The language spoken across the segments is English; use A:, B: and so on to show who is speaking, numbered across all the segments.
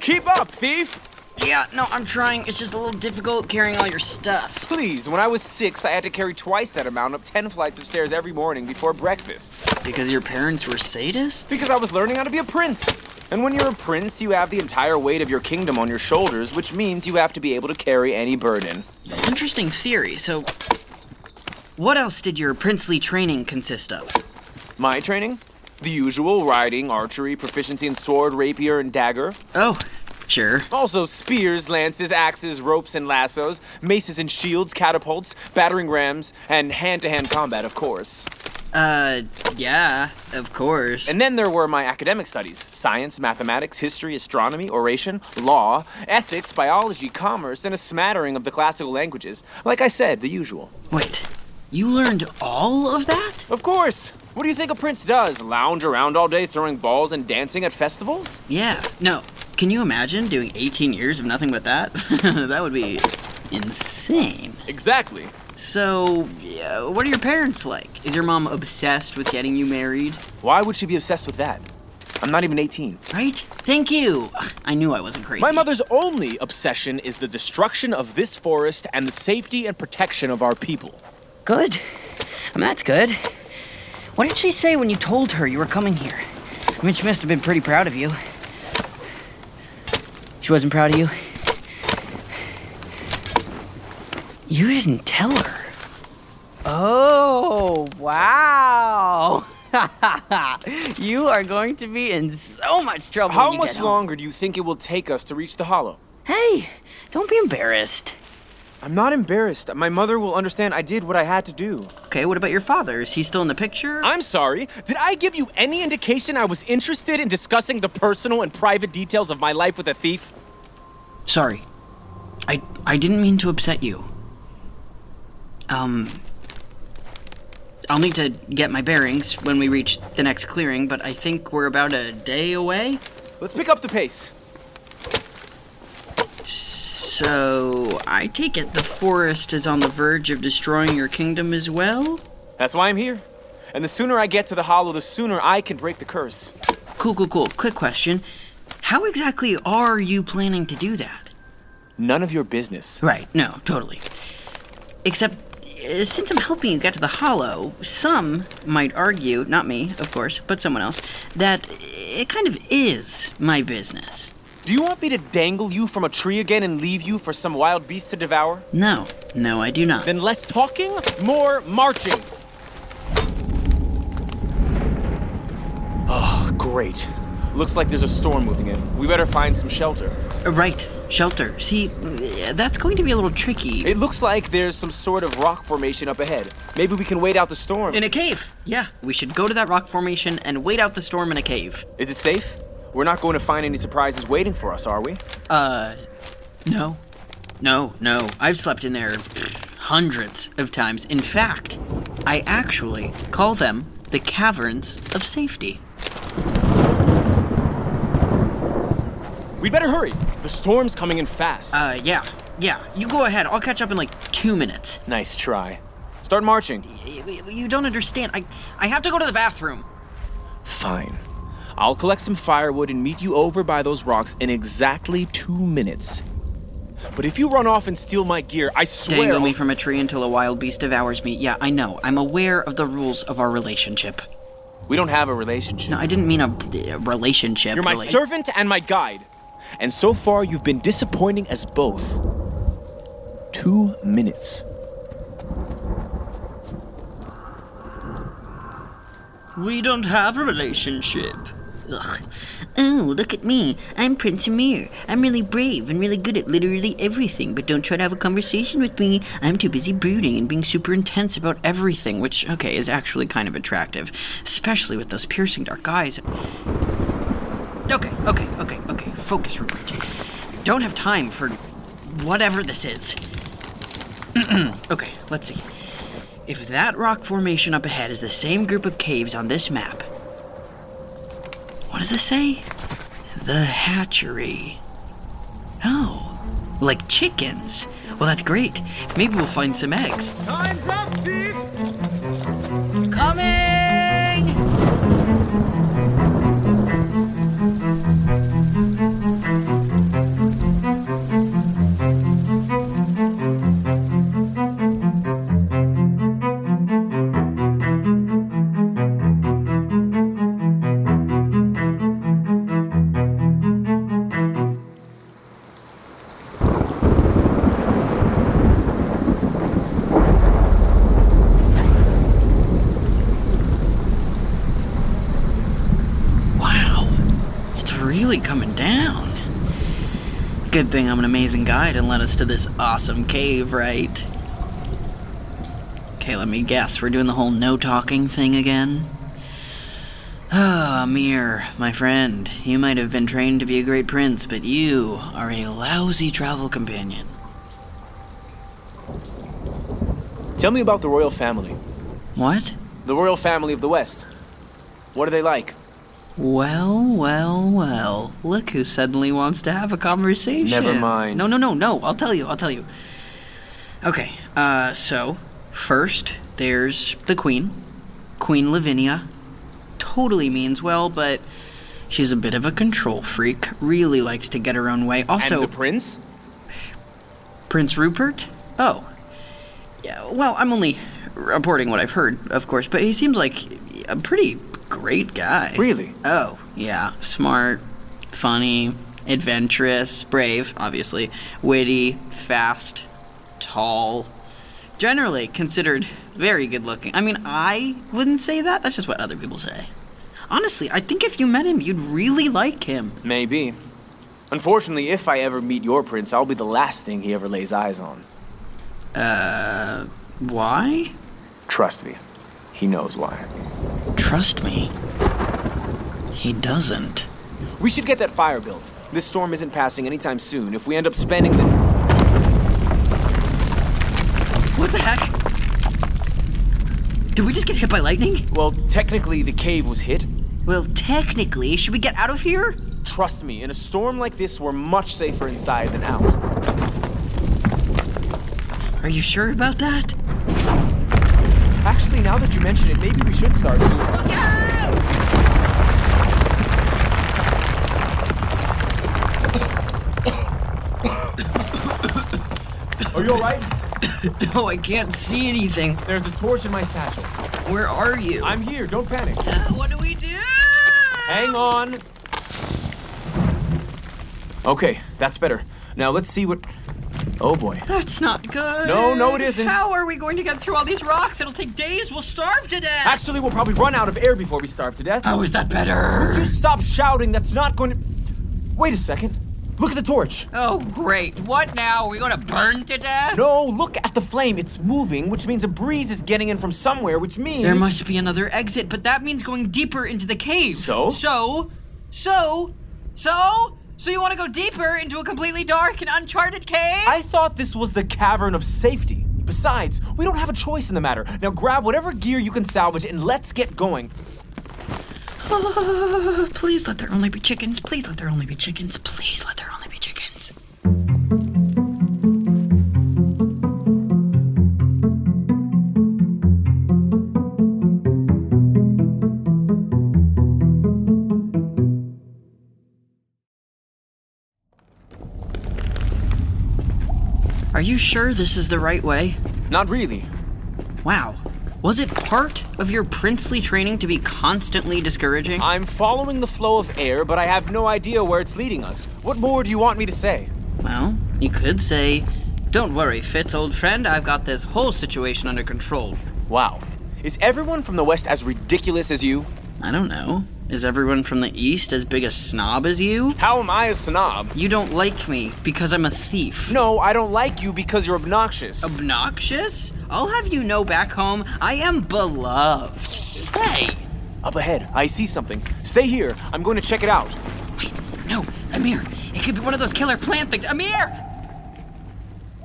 A: Keep up, thief!
B: Yeah, no, I'm trying. It's just a little difficult carrying all your stuff.
A: Please, when I was six, I had to carry twice that amount up 10 flights of stairs every morning before breakfast.
B: Because your parents were sadists?
A: Because I was learning how to be a prince. And when you're a prince, you have the entire weight of your kingdom on your shoulders, which means you have to be able to carry any burden.
B: Interesting theory. So, what else did your princely training consist of?
A: My training? The usual riding, archery, proficiency in sword, rapier, and dagger.
B: Oh, sure.
A: Also, spears, lances, axes, ropes, and lassos, maces and shields, catapults, battering rams, and hand to hand combat, of course.
B: Uh, yeah, of course.
A: And then there were my academic studies science, mathematics, history, astronomy, oration, law, ethics, biology, commerce, and a smattering of the classical languages. Like I said, the usual.
B: Wait, you learned all of that?
A: Of course! What do you think a prince does? Lounge around all day throwing balls and dancing at festivals?
B: Yeah, no. Can you imagine doing 18 years of nothing but that? that would be insane.
A: Exactly.
B: So, yeah, what are your parents like? Is your mom obsessed with getting you married?
A: Why would she be obsessed with that? I'm not even 18.
B: Right? Thank you. Ugh, I knew I wasn't crazy.
A: My mother's only obsession is the destruction of this forest and the safety and protection of our people.
B: Good. I mean, that's good. What did she say when you told her you were coming here? I mean, she must have been pretty proud of you. She wasn't proud of you? You didn't tell her.
C: Oh, wow. you are going to be in so much trouble.
A: How
C: when you
A: much
C: get home.
A: longer do you think it will take us to reach the hollow?
C: Hey, don't be embarrassed.
A: I'm not embarrassed. My mother will understand I did what I had to do.
B: Okay, what about your father? Is he still in the picture?
A: I'm sorry. Did I give you any indication I was interested in discussing the personal and private details of my life with a thief?
B: Sorry. I I didn't mean to upset you. Um I'll need to get my bearings when we reach the next clearing, but I think we're about a day away.
A: Let's pick up the pace.
B: So, I take it the forest is on the verge of destroying your kingdom as well?
A: That's why I'm here. And the sooner I get to the hollow, the sooner I can break the curse.
B: Cool, cool, cool. Quick question. How exactly are you planning to do that?
A: None of your business.
B: Right, no, totally. Except, uh, since I'm helping you get to the Hollow, some might argue, not me, of course, but someone else, that it kind of is my business.
A: Do you want me to dangle you from a tree again and leave you for some wild beast to devour?
B: No, no, I do not.
A: Then less talking, more marching. Oh, great. Looks like there's a storm moving in. We better find some shelter.
B: Uh, right, shelter. See, uh, that's going to be a little tricky.
A: It looks like there's some sort of rock formation up ahead. Maybe we can wait out the storm.
B: in a cave. Yeah, we should go to that rock formation and wait out the storm in a cave.
A: Is it safe? We're not going to find any surprises waiting for us, are we?
B: No. No, no. I've slept in there pfft, hundreds of times. In fact, I actually call them the caverns of safety.
A: We'd better hurry. The storm's coming in fast.
B: Uh, yeah. Yeah, you go ahead. I'll catch up in like two minutes.
A: nice try. Start marching.
B: Y- y- You don't understand. I, I have to go to the bathroom.
A: Fine. I'll collect some firewood and meet you over by those rocks in exactly two minutes. But if you run off and steal my gear, I swear.
B: Dangle me
A: I'll-
B: from a tree until a wild beast devours me. Yeah, I know. I'm aware of the rules of our relationship.
A: we don't have a relationship.
B: No, I didn't mean a, a relationship.
A: You're my
B: rela-
A: servant and my guide. And so far, you've been disappointing as both. Two minutes.
C: We don't have a relationship.
B: Ugh. Oh, look at me. I'm Prince Amir. I'm really brave and really good at literally everything, but don't try to have a conversation with me. I'm too busy brooding and being super intense about everything, which, okay, is actually kind of attractive, especially with those piercing dark eyes. Okay, okay, okay, okay. Focus, Rupert. Don't have time for whatever this is. okay, let's see. If that rock formation up ahead is the same group of caves on this map, what does this say? The hatchery. Oh, like chickens. Well, that's great. Maybe we'll find some eggs.
A: Time's up, thief!
B: Coming! really coming down. Good thing I'm an amazing guide and led us to this awesome cave, right? Okay, let me guess. We're doing the whole no talking thing again? Ah, Amir, my friend, you might have been trained to be a great prince, but you are a lousy travel companion.
A: Tell me about the royal family.
B: What?
A: The royal family of the West. What are they like?
B: Well, well, well. Look who suddenly wants to have a conversation.
A: Never mind.
B: No, no, no, no. I'll tell you. I'll tell you. Okay. Uh so, first there's the queen. Queen Lavinia. Totally means well, but she's a bit of a control freak. Really likes to get her own way. Also,
A: and the prince?
B: Prince Rupert? Oh. Yeah, well, I'm only reporting what I've heard, of course, but he seems like a pretty great guy.
A: Really?
B: Oh, yeah. Smart, funny, adventurous, brave, obviously, witty, fast, tall. Generally considered very good looking. I mean, I wouldn't say that. That's just what other people say. Honestly, I think if you met him, you'd really like him.
A: Maybe. Unfortunately, if I ever meet your prince, I'll be the last thing he ever lays eyes on.
B: Why?
A: Trust me, he knows why.
B: Trust me. He doesn't.
A: We should get that fire built. This storm isn't passing anytime soon. If we end up spending the.
B: What the heck? Did we just get hit by lightning?
A: Well, technically, the cave was hit.
B: Well, technically, should we get out of here?
A: Trust me, in a storm like this, we're much safer inside than out.
B: Are you sure about that?
A: Actually, now that you mention it, maybe we should start soon. Are you alright?
B: No, I can't see anything.
A: There's a torch in my satchel.
B: Where are you?
A: I'm here, don't panic.
B: Uh, what do we do?
A: Hang on. Okay, that's better. Now let's see what. Oh boy.
B: That's not good.
A: No, no, it isn't.
B: How are we going to get through all these rocks? It'll take days. We'll starve to death.
A: Actually, we'll probably run out of air before we starve to death.
B: How is that better?
A: Just stop shouting, that's not going to. Wait a second. Look at the torch.
B: Oh, great. What now? Are we going to burn to death?
A: No, look at the flame. It's moving, which means a breeze is getting in from somewhere, which means.
B: There must be another exit, but that means going deeper into the cave.
A: So?
B: So? So? So? So you want to go deeper into a completely dark and uncharted cave?
A: I thought this was the cavern of safety. Besides, we don't have a choice in the matter. Now grab whatever gear you can salvage and let's get going.
B: Oh, please let there only be chickens. Please let there only be chickens. Please let there only be chickens. Are you sure this is the right way?
A: Not really.
B: Wow. Was it part of your princely training to be constantly discouraging?
A: I'm following the flow of air, but I have no idea where it's leading us. What more do you want me to say?
B: Well, you could say, Don't worry, Fitz, old friend, I've got this whole situation under control.
A: Wow. Is everyone from the West as ridiculous as you?
B: I don't know. Is everyone from the East as big a snob as you?
A: How am I a snob?
B: You don't like me because I'm a thief.
A: No, I don't like you because you're obnoxious.
B: Obnoxious? I'll have you know back home, I am beloved. Hey!
A: Up ahead, I see something. Stay here. I'm going to check it out.
B: Wait, no, Amir, it could be one of those killer plant things. Amir!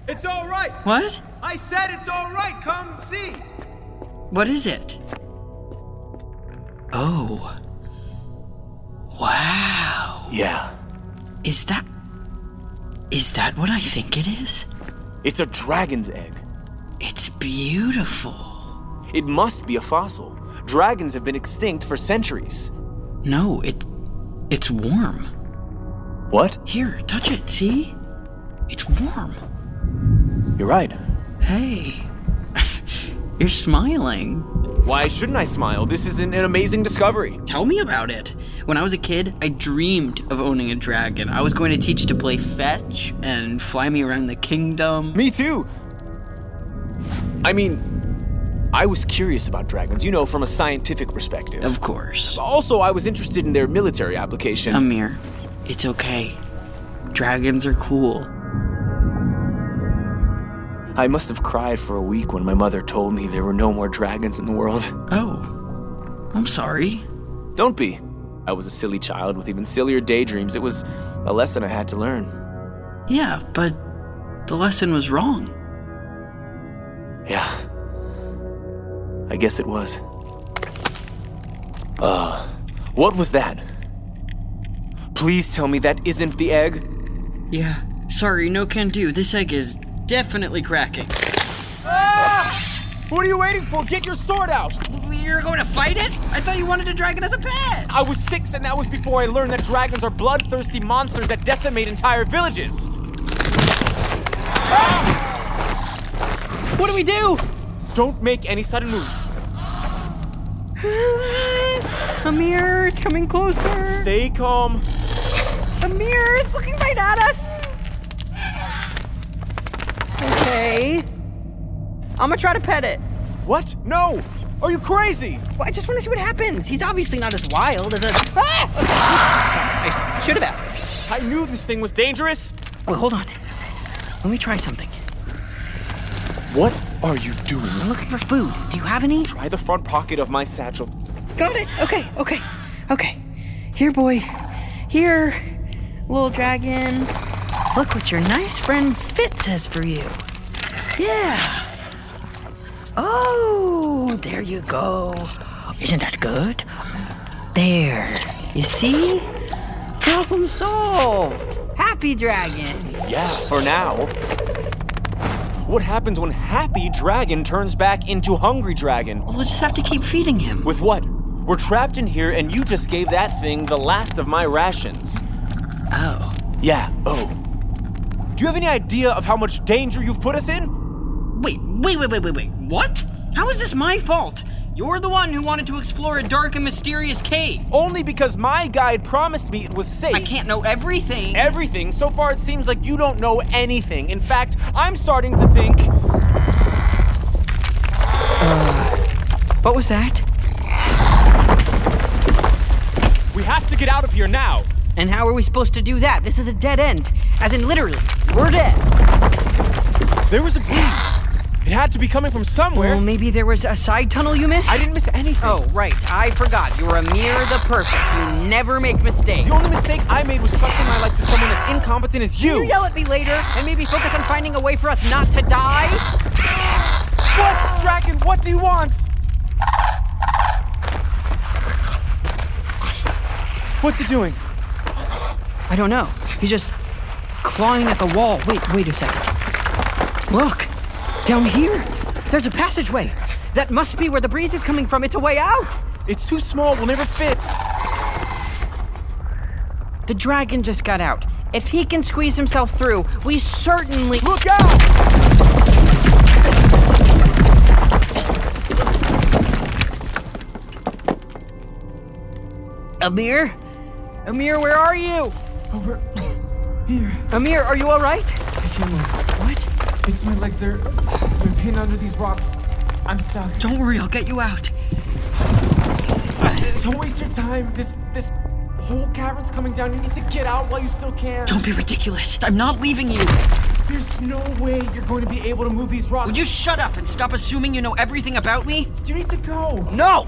A: It's all right.
B: What?
A: I said it's all right. Come see.
B: What is it? Oh. Wow.
A: Yeah.
B: Is that. Is that what I think it is?
A: It's a dragon's egg.
B: It's beautiful.
A: It must be a fossil. Dragons have been extinct for centuries.
B: No, it. It's warm.
A: What?
B: Here, touch it, see? It's warm.
A: You're right.
B: Hey. You're smiling.
A: Why shouldn't I smile? This is an, an amazing discovery.
B: Tell me about it. When I was a kid, I dreamed of owning a dragon. I was going to teach it to play fetch and fly me around the kingdom.
A: Me too. I mean, I was curious about dragons, you know, from a scientific perspective.
D: Of course.
A: Also, I was interested in their military application.
D: Amir, it's okay. Dragons are cool.
A: I must have cried for a week when my mother told me there were no more dragons in the world.
D: Oh, I'm sorry.
A: Don't be. I was a silly child with even sillier daydreams. It was a lesson I had to learn.
D: Yeah, but the lesson was wrong.
A: Yeah. I guess it was. Uh, what was that? Please tell me that isn't the egg.
D: Yeah. Sorry, no can do. This egg is definitely cracking.
A: Ah! What are you waiting for? Get your sword out!
D: You're going to fight it? I thought you wanted a dragon as a pet.
A: I was six, and that was before I learned that dragons are bloodthirsty monsters that decimate entire villages.
B: What do we do?
A: Don't make any sudden moves.
B: Amir, it's coming closer.
A: Stay calm.
B: Amir, it's looking right at us. Okay. I'm gonna try to pet it.
A: What? No! Are you crazy?
B: Well, I just want to see what happens. He's obviously not as wild as a. Ah! I should have asked.
A: I knew this thing was dangerous.
B: Wait, hold on. Let me try something.
A: What are you doing?
B: I'm looking for food. Do you have any?
A: Try the front pocket of my satchel.
B: Got it. Okay, okay, okay. Here, boy. Here, little dragon. Look what your nice friend Fitz has for you. Yeah. Oh, there you go. Isn't that good? There. You see? Problem solved. Happy dragon.
A: Yeah, for now. What happens when happy dragon turns back into hungry dragon?
D: We'll just have to keep feeding him.
A: With what? We're trapped in here, and you just gave that thing the last of my rations.
D: Oh.
A: Yeah, oh. Do you have any idea of how much danger you've put us in?
D: Wait, wait, wait, wait, wait, wait. What? How is this my fault? You're the one who wanted to explore a dark and mysterious cave.
A: Only because my guide promised me it was safe.
D: I can't know everything.
A: Everything. So far, it seems like you don't know anything. In fact, I'm starting to think.
B: What was that?
A: We have to get out of here now.
B: And how are we supposed to do that? This is a dead end. As in, literally, we're dead.
A: There was a breeze. It had to be coming from somewhere.
B: Well, maybe there was a side tunnel you missed?
A: I didn't miss anything.
B: Oh, right. I forgot. You were Amir the Perfect. You never make mistakes.
A: The only mistake I made was trusting my life to someone as incompetent as you.
B: You yell at me later and maybe focus on finding a way for us not to die?
A: What, Draken? What do you want? What's it doing?
B: I don't know. He's just clawing at the wall. Wait, wait a second. Look, down here, there's a passageway. That must be where the breeze is coming from. It's a way out.
A: It's too small. We'll never fit.
B: The dragon just got out. If he can squeeze himself through, we certainly.
A: Look out!
B: Amir? Amir, where are you?
E: Over here.
B: Amir, are you all right?
E: I can't move.
B: What?
E: It's my legs. They're they're pinned under these rocks. I'm stuck.
D: Don't worry, I'll get you out.
E: Don't waste your time. This this whole cavern's coming down. You need to get out while you still can.
D: Don't be ridiculous. I'm not leaving you.
E: There's no way you're going to be able to move these rocks.
D: Would you shut up and stop assuming you know everything about me?
E: You need to go.
B: No!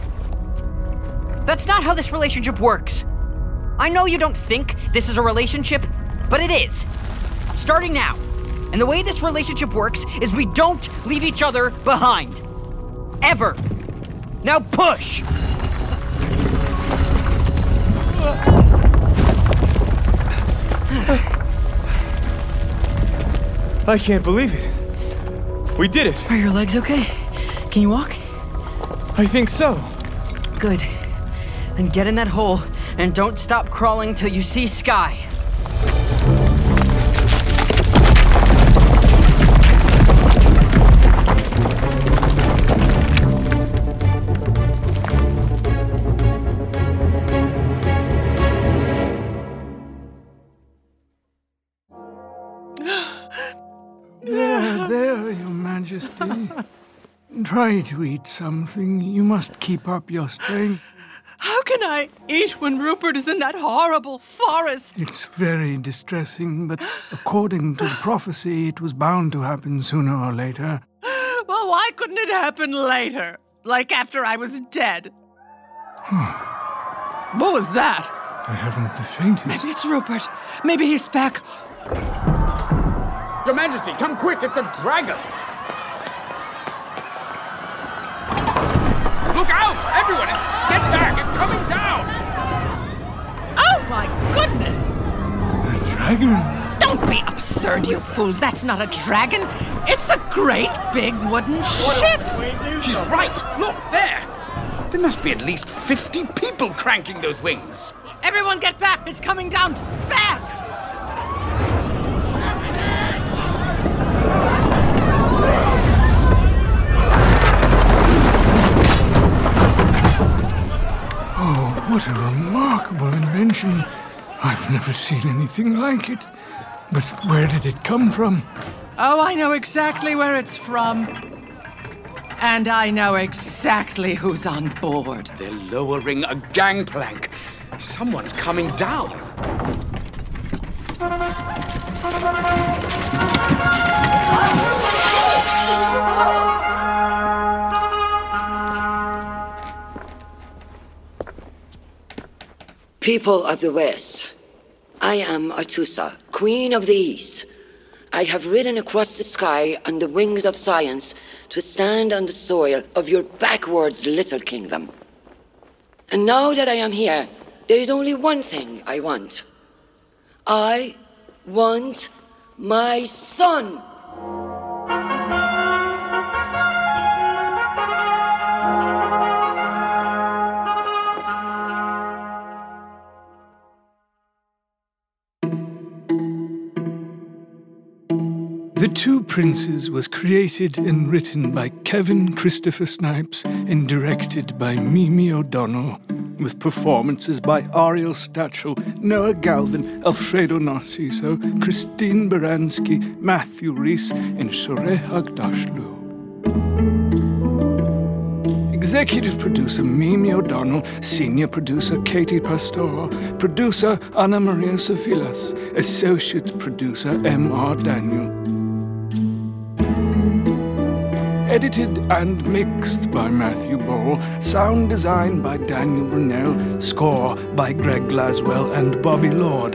B: That's not how this relationship works. I know you don't think this is a relationship, but it is. Starting now. And the way this relationship works is we don't leave each other behind. Ever. Now push!
A: I can't believe it. We did it.
B: Are your legs okay? Can you walk?
A: I think so.
B: Good. Then get in that hole and don't stop crawling till you see sky.
E: There, there, your majesty. Try to eat something. You must keep up your strength.
F: How can I eat when Rupert is in that horrible forest?
E: It's very distressing, but according to the prophecy, it was bound to happen sooner or later.
F: Well, why couldn't it happen later? Like after I was dead? what was that?
E: I haven't the faintest.
F: It's Rupert. Maybe he's back.
G: Your Majesty, come quick! It's a dragon! Look out! Everyone! Get back! It's coming down!
F: Oh my goodness!
E: A dragon?
F: Don't be absurd, you fools. That's not a dragon. It's a great big wooden ship.
G: She's right! Look, there! There must be at least 50 people cranking those wings!
F: Everyone get back. It's coming down fast.
E: Oh, what a remarkable invention. I've never seen anything like it. But where did it come from?
F: Oh, I know exactly where it's from. And I know exactly who's on board.
G: They're lowering a gangplank. Someone's coming down.
H: People of the West, I am Artusa, Queen of the East. I have ridden across the sky on the wings of science to stand on the soil of your backwards little kingdom. And now that I am here, there is only one thing I want. I want my son.
E: The Two Princes was created and written by Kevin Christopher Snipes and directed by Mimi O'Donnell, with performances by Ariel Stachel, Noah Galvin, Alfredo Narciso, Christine Baranski, Matthew Reese, and Soreh Agdashlu. Executive producer Mimi O'Donnell, senior producer Katie Pastor, producer Anna Maria Sofilas, associate producer M.R. Daniel. Edited and mixed by Matthew Ball, sound design by Daniel Brunel, score by Greg Glaswell and Bobby Lord.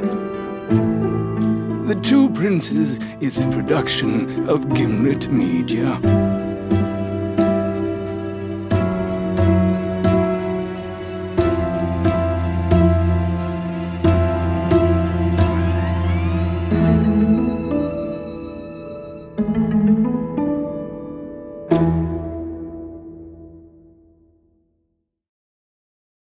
E: The Two Princes is a production of Gimlet Media.